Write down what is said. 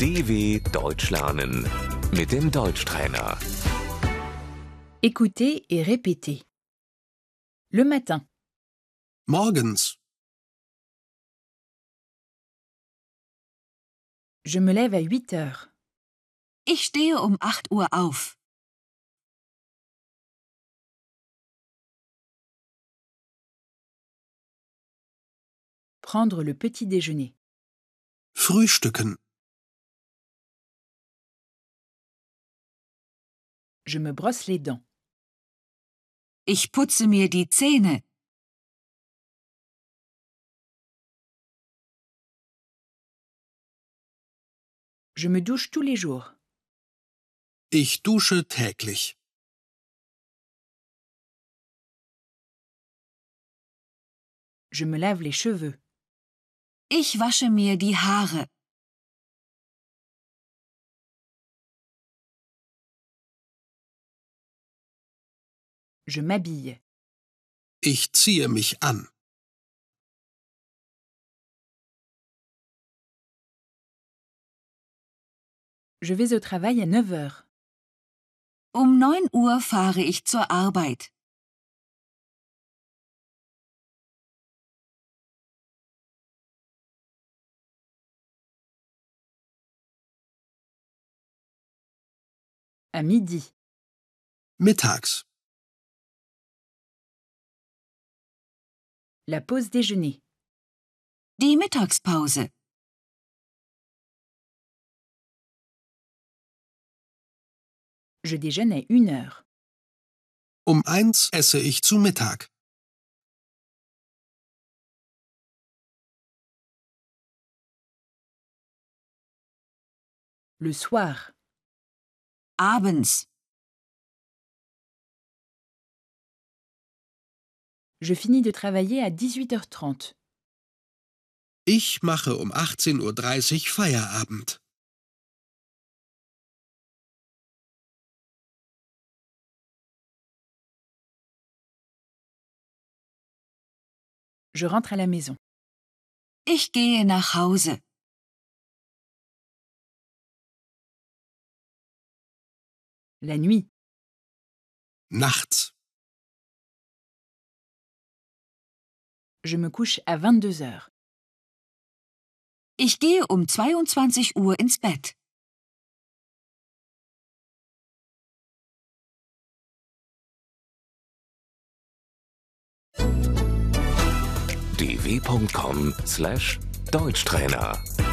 DW Deutsch lernen mit dem Deutschtrainer. Écoutez et répétez. Le matin, Morgens. je me lève à 8 heures. Ich stehe um 8 Uhr auf. Prendre le petit déjeuner. Frühstücken. Je me brosse les dents. Ich putze mir die Zähne. Je me douche tous les jours. Ich dusche täglich. Je me lave les cheveux. Ich wasche mir die Haare. Je m'habille. Ich ziehe mich an. Je vais au travail à 9 heures. Um 9 Uhr fahre ich zur Arbeit. À midi, Mittags. la pause déjeuner. Die Mittagspause. Je déjeune à 1 heure. Um eins esse ich zu Mittag. Le soir, Abends. je finis de travailler à 18h30. Ich mache um 18.30 Uhr Feierabend. Je rentre à la maison. Ich gehe nach Hause. La nuit, Nachts. je me couche à 22 heures. Ich gehe um 22 Uhr ins Bett. dw.com/deutschtrainer